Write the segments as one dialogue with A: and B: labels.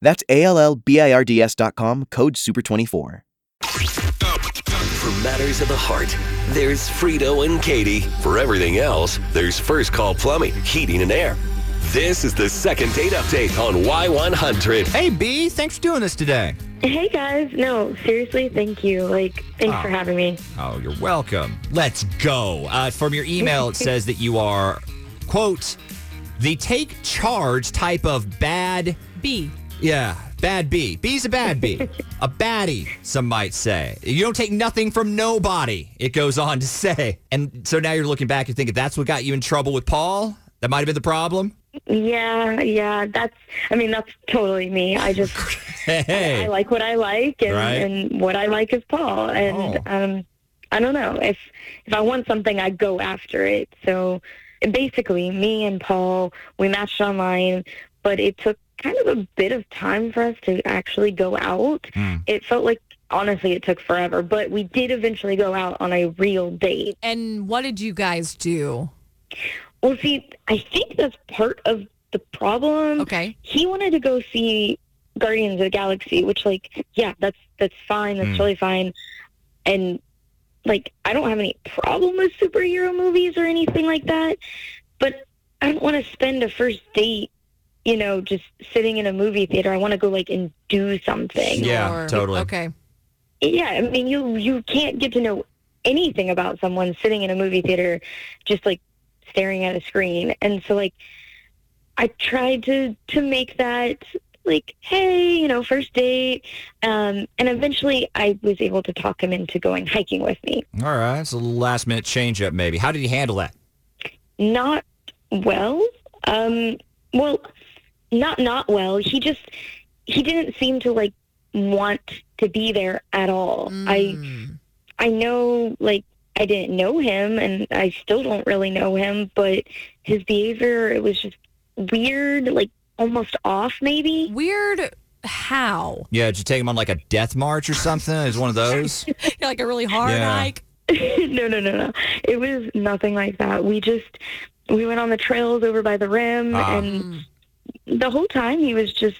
A: That's A L L B I R D S dot com, code SUPER24.
B: For matters of the heart, there's Frito and Katie. For everything else, there's First Call Plumbing, Heating and Air. This is the second date update on Y100.
C: Hey, B, thanks for doing this today.
D: Hey guys, no, seriously, thank you. Like, thanks for having me.
C: Oh, you're welcome. Let's go. Uh, from your email, it says that you are, quote, the take charge type of bad,
E: B.
C: yeah, bad bee. Bee's a bad bee. a baddie, some might say. You don't take nothing from nobody, it goes on to say. And so now you're looking back and thinking that's what got you in trouble with Paul? That might have been the problem?
D: Yeah, yeah, that's, I mean, that's totally me. I just, I
C: Hey.
D: like what I like, and,
C: Right. Oh.
D: and what I like is Paul. And um, I don't know if if I want something, I go after it. So basically, me and Paul we matched online, but it took kind of a bit of time for us to actually go out.
C: Hmm.
D: It felt like honestly it took forever, but we did eventually go out on a real date.
E: And what did you guys do?
D: Well, see, I think that's part of the problem.
E: Okay.
D: he wanted to go see Guardians of the Galaxy, which like yeah, that's that's fine, that's
C: Hmm.
D: totally fine. And like I don't have any problem with superhero movies or anything like that, but I don't want to spend a first date, you know, just sitting in a movie theater. I want to go like and do something.
C: Yeah,
E: Or-
C: totally.
E: Okay.
D: Yeah, I mean you you can't get to know anything about someone sitting in a movie theater just like staring at a screen. And so like I tried to to make that like, hey, you know, first date. Um and eventually I was able to talk him into going hiking with me.
C: All right. It's a little last minute change up, maybe. How did he handle that?
D: Not well. Um well not not well. He just he didn't seem to like want to be there at all. I
E: Mm.
D: I know, like, I didn't know him, and I still don't really know him, but his behavior, it was just weird, like, almost off, maybe.
E: Weird. How?
C: Yeah, did you take him on like a death march or something? Is one of those?
E: Yeah, like a really hard
C: Yeah.
E: hike.
D: no, no, no, no. It was nothing like that. We just, we went on the trails over by the rim,
C: Ah.
D: and the whole time he was just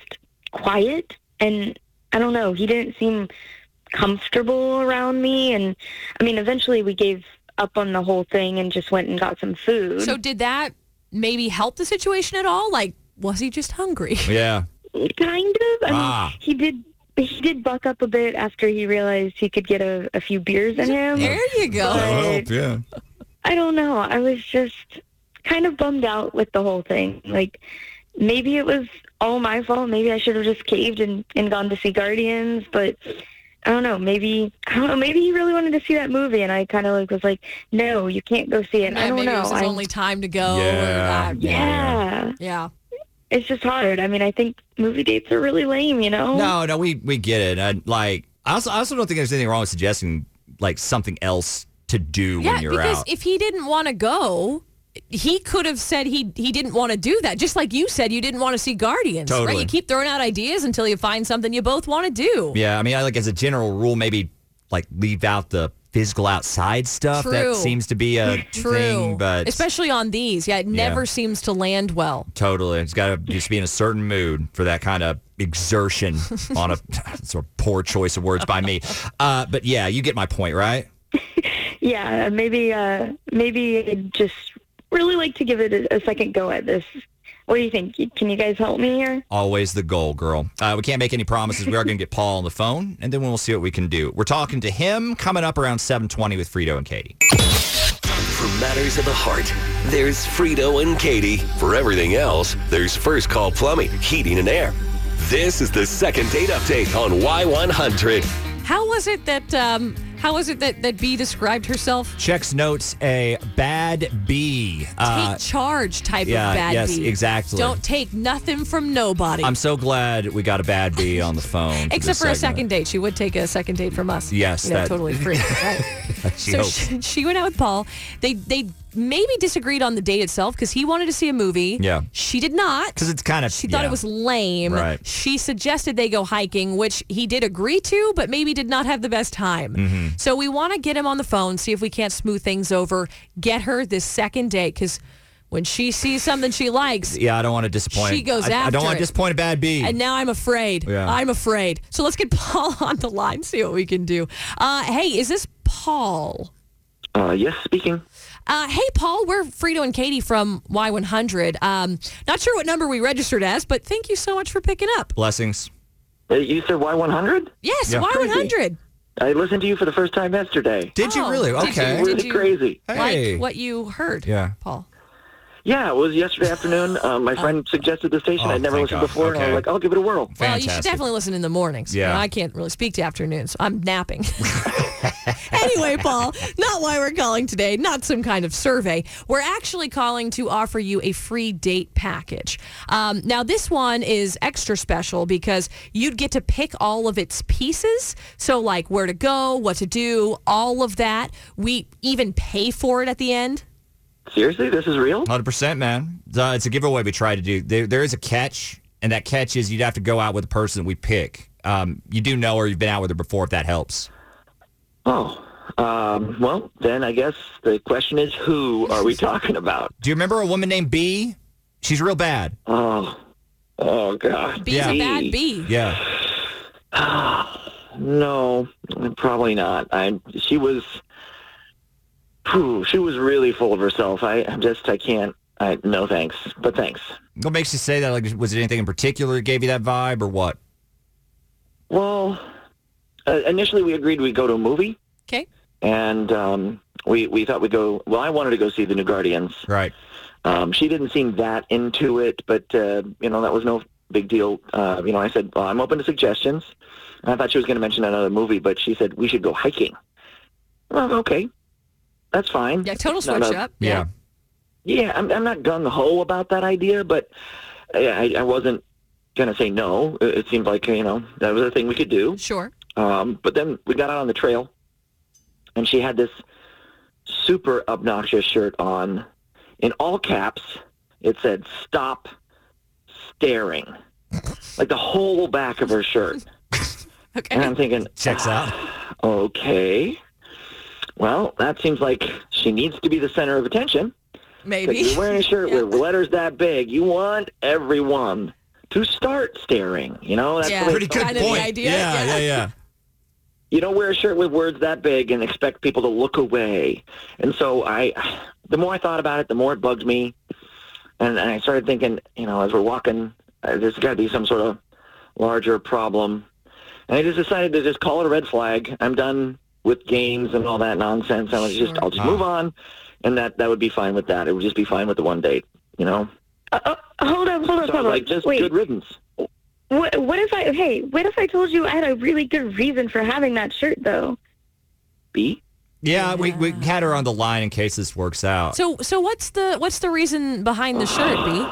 D: quiet, and I don't know, he didn't seem comfortable around me, and I mean, eventually we gave up on the whole thing and just went and got some food.
E: So did that maybe help the situation at all? Like, was he just hungry?
C: Yeah.
D: kind of. I
C: Ah.
D: mean, he did he did buck up a bit after he realized he could get a, a few beers in him.
E: There you go.
D: Right.
C: yeah.
D: I don't know. I was just kind of bummed out with the whole thing. Like maybe it was all my fault. Maybe I should have just caved and, and gone to see Guardians, but I don't know. Maybe I don't know. Maybe he really wanted to see that movie, and I kind of like was like, "No, you can't go see it."
E: Yeah,
D: I don't
E: maybe
D: know.
E: it was his
D: I-
E: only time to go. or
C: Yeah.
E: that.
D: yeah,
E: Yeah.
D: it's just hard. I mean, I think movie dates are really lame. You know?
C: No, no, we we get it. I, like, I also, I also don't think there's anything wrong with suggesting like something else to do
E: Yeah,
C: when you're
E: because
C: out.
E: if he didn't want to go, he could have said he he didn't want to do that. Just like you said, you didn't want to see Guardians. Right?
C: Totally.
E: You keep throwing out ideas until you find something you both want to do.
C: yeah, I mean, I like as a general rule, maybe like leave out the physical outside stuff.
E: True.
C: That seems to be a
E: True,
C: thing, but
E: especially on these, yeah, it never seems to land well.
C: totally, it's got to just be in a certain mood for that kind of exertion on a sort of poor choice of words by me. Uh, but yeah, you get my point, right?
D: yeah maybe uh maybe I'd just really like to give it a, a second go at this what do you think can you guys help me here
C: Always the goal, girl. Uh, we can't make any promises. We are going to get Paul on the phone, and then we'll see what we can do. We're talking to him coming up around 720 with Frito and Katie.
B: For matters of the heart, there's Frito and Katie. For everything else, there's First Call Plumbing, Heating and Air. This is the second date update on Y100.
E: How was it that um, How was it that, that B described herself?
C: Checks notes a bad bee.
E: Take charge type
C: Uh, yeah,
E: of bad
C: yes,
E: bee.
C: exactly.
E: Don't take nothing from nobody.
C: I'm so glad we got a bad bee on the phone.
E: Except for a second
C: day.
E: date. She would take a second date from us.
C: Yes,
E: You know,
C: that-
E: totally free. Right.
C: She
E: so
C: hopes.
E: she, she went out with Paul. They they maybe disagreed on the date itself because he wanted to see a movie.
C: Yeah.
E: She did not.
C: 'Cause it's kinda-
E: She thought
C: yeah.
E: it was lame.
C: Right.
E: She suggested they go hiking, which he did agree to, but maybe did not have the best time.
C: Mm-hmm.
E: So we want to get him on the phone, see if we can't smooth things over, get her this second date because when she sees something she likes,
C: Yeah, I don't want to disappoint.
E: She goes
C: I, I
E: after
C: don't want
E: it.
C: to disappoint a bad bee.
E: and now I'm afraid.
C: Yeah.
E: I'm afraid. So let's get Paul on the line, see what we can do. Uh, hey, is this Paul?
F: Uh, yes, speaking.
E: Uh, hey, Paul, we're Frito and Katie from Y100. Um, not sure what number we registered as, but thank you so much for picking up.
C: Blessings.
F: Uh, You said Y100?
E: Yes,
C: Yeah.
E: Y100.
F: I listened to you for the first time yesterday.
C: Did you
E: Oh,
C: really?
E: did you-
C: Okay.
E: did
F: Really crazy.
C: Hey.
E: Like what you heard,
C: Yeah.
E: Paul.
F: Yeah, it was yesterday afternoon. Um, my friend suggested the station.
C: Oh,
F: I'd never
C: thank
F: listened
C: God.
F: before, and I
C: Okay.
F: was like, I'll give it a whirl.
E: Well, you should
C: Fantastic.
E: definitely listen in the mornings.
C: Yeah.
E: You know, I can't really speak to afternoons. I'm napping. anyway, Paul, not why we're calling today, not some kind of survey. We're actually calling to offer you a free date package. Um, now, this one is extra special because you'd get to pick all of its pieces. So, like where to go, what to do, all of that. We even pay for it at the end.
F: Seriously, this is real?
C: Hundred percent, man. Uh, it's a giveaway we try to do. There, there is a catch, and that catch is you'd have to go out with the person we pick. Um, you do know, or you've been out with her before, if that helps.
F: Oh, um, well, then I guess the question is, who are we talking about?
C: Do you remember a woman named B? She's real bad.
F: Oh, oh God.
E: B's a
C: Yeah.
E: bad B.
C: Yeah.
F: No, probably not. I. She was. Whew, she was really full of herself. I, I'm just. I can't. I, no thanks. But thanks.
C: What makes you say that? Like, was it anything in particular that gave you that vibe, or what?
F: Well, uh, initially we agreed we'd go to a movie,
E: Okay.
F: and um, we we thought we'd go. Well, I wanted to go see the New Guardians.
C: Right.
F: Um, she didn't seem that into it, but uh, you know that was no big deal. Uh, you know, I said, "Well, I'm open to suggestions." And I thought she was going to mention another movie, but she said we should go hiking. Well, okay, that's fine.
E: Yeah, total
F: It's not
E: switch
F: a-
E: up.
C: Yeah.
F: Yeah, I'm, I'm not gung ho about that idea, but uh, I, I wasn't going to say no. It, it seemed like you know that was a thing we could do.
E: Sure.
F: Um, but then we got out on the trail, and she had this super obnoxious shirt on. In all caps, it said, Stop staring. like the whole back of her shirt. And
E: Okay.
F: I'm thinking,
C: Checks out.
F: okay, well, that seems like she needs to be the center of attention. But
E: Maybe.
F: you're wearing a shirt with letters that big. You want everyone to start staring. You know, that's
E: Yeah.
F: the way
E: Pretty good Kind of the point. idea,
C: Yeah. Yeah.
E: yeah.
C: Yeah.
F: you don't wear a shirt with words that big and expect people to look away. And so I, the more I thought about it, the more it bugged me. And, and I started thinking, you know, as we're walking, uh, there's got to be some sort of larger problem. And I just decided to just call it a red flag. I'm done with games and all that nonsense. I was just, I'll just
C: Sure.
F: move on, and that that would be fine with that. It would just be fine with the one date, you know.
D: Uh, uh, hold on, hold on, hold
F: So I
D: on.
F: was like, just
D: Wait,
F: good riddance.
D: what, what if I? Hey, what if I told you I had a really good reason for having that shirt, though?
F: B.
C: Yeah, we, we had her on the line in case this works out.
E: So so what's the what's the reason behind the shirt, B?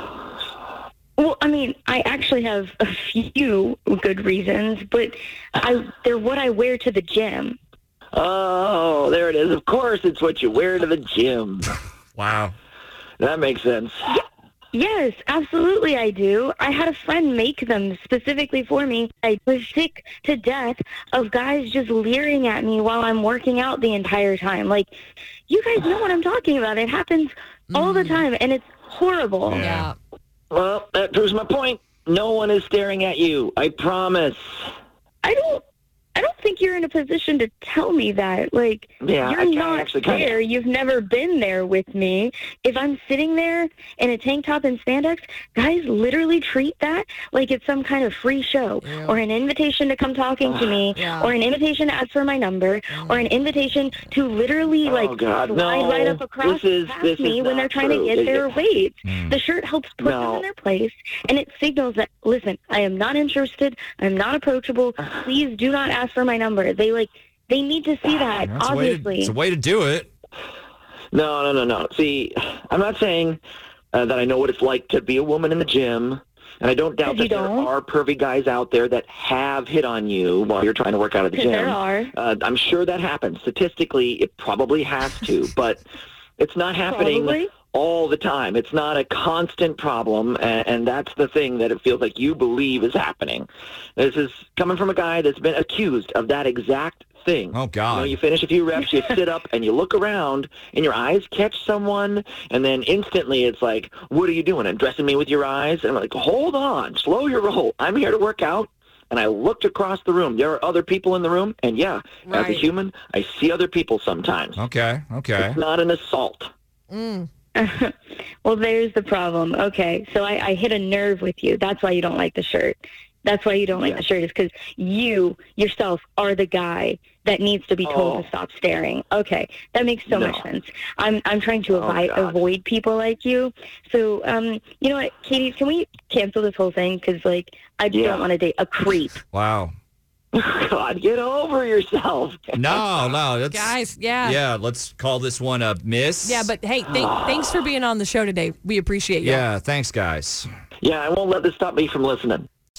D: Well, I mean, I actually have a few good reasons, but I they're what I wear to the gym.
F: Oh, there it is. Of course, it's what you wear to the gym.
C: wow.
F: That makes sense.
D: Yes, absolutely I do. I had a friend make them specifically for me. I was sick to death of guys just leering at me while I'm working out the entire time. Like, you guys know what I'm talking about. It happens all
F: Mm.
D: the time, and it's horrible.
E: Yeah.
F: Well, that proves my point. No one is staring at you. I promise.
D: I don't. I don't think you're in a position to tell me that. Like,
F: Yeah, I
D: you're
F: kinda
D: not
F: actually kinda-
D: there. You've never been there with me. If I'm sitting there in a tank top and spandex, guys literally treat that like it's some kind of free show
E: Yeah.
D: or an invitation to come talking to me
E: Yeah.
D: or an invitation to ask for my number or an invitation to literally like
F: Oh, God,
D: slide
F: no.
D: right up across
F: This is-
D: past
F: this is
D: me when
F: not
D: they're trying
F: true.
D: to get
F: It-
D: their weights.
C: Mm.
D: The shirt helps put
F: No.
D: them in their place, and it signals that listen, I am not interested. I'm not approachable. Please do not ask for my number. They like They need to see that,
C: That's a way to,
D: obviously.
C: it's a way to do it.
F: No, no, no, no. See, I'm not saying uh, that I know what it's like to be a woman in the gym, and I don't doubt
D: You
F: that
D: don't.
F: there are pervy guys out there that have hit on you while you're trying to work out at the gym.
D: There are.
F: Uh, I'm sure that happens. Statistically, it probably has to, but it's not happening
D: Probably.
F: all the time. It's not a constant problem, and, and that's the thing that it feels like you believe is happening. This is coming from a guy that's been accused of that exact thing.
C: Oh, God.
F: You, know, you finish a few reps, you sit up, and you look around, and your eyes catch someone, and then instantly it's like, what are you doing? Addressing me with your eyes? And I'm like, hold on, slow your roll. I'm here to work out. And I looked across the room. There are other people in the room, and yeah, as
E: Right.
F: a human, I see other people sometimes.
C: Okay, okay.
F: It's not an assault.
E: Mm.
D: Well, there's the problem. Okay, so I, I hit a nerve with you. That's why you don't like the shirt. That's why you don't like
F: Yeah.
D: the shirt is because you yourself are the guy that needs to be told
F: Oh.
D: to stop staring. Okay, that makes so much
F: No.
D: sense. I'm I'm trying to
F: Oh,
D: avoid
F: God.
D: avoid people like you. So um, you know what, Katie, can we cancel this whole thing? Because like I just
F: Yeah.
D: don't want to date a creep.
C: Wow.
F: God, get over yourself.
C: No, no, that's
E: Guys, yeah.
C: Yeah, let's call this one a miss.
E: Ah. Yeah, but hey, th- thanks for being on the show today. We appreciate you.
C: yeah, thanks, guys.
F: Yeah, I won't let this stop me from listening.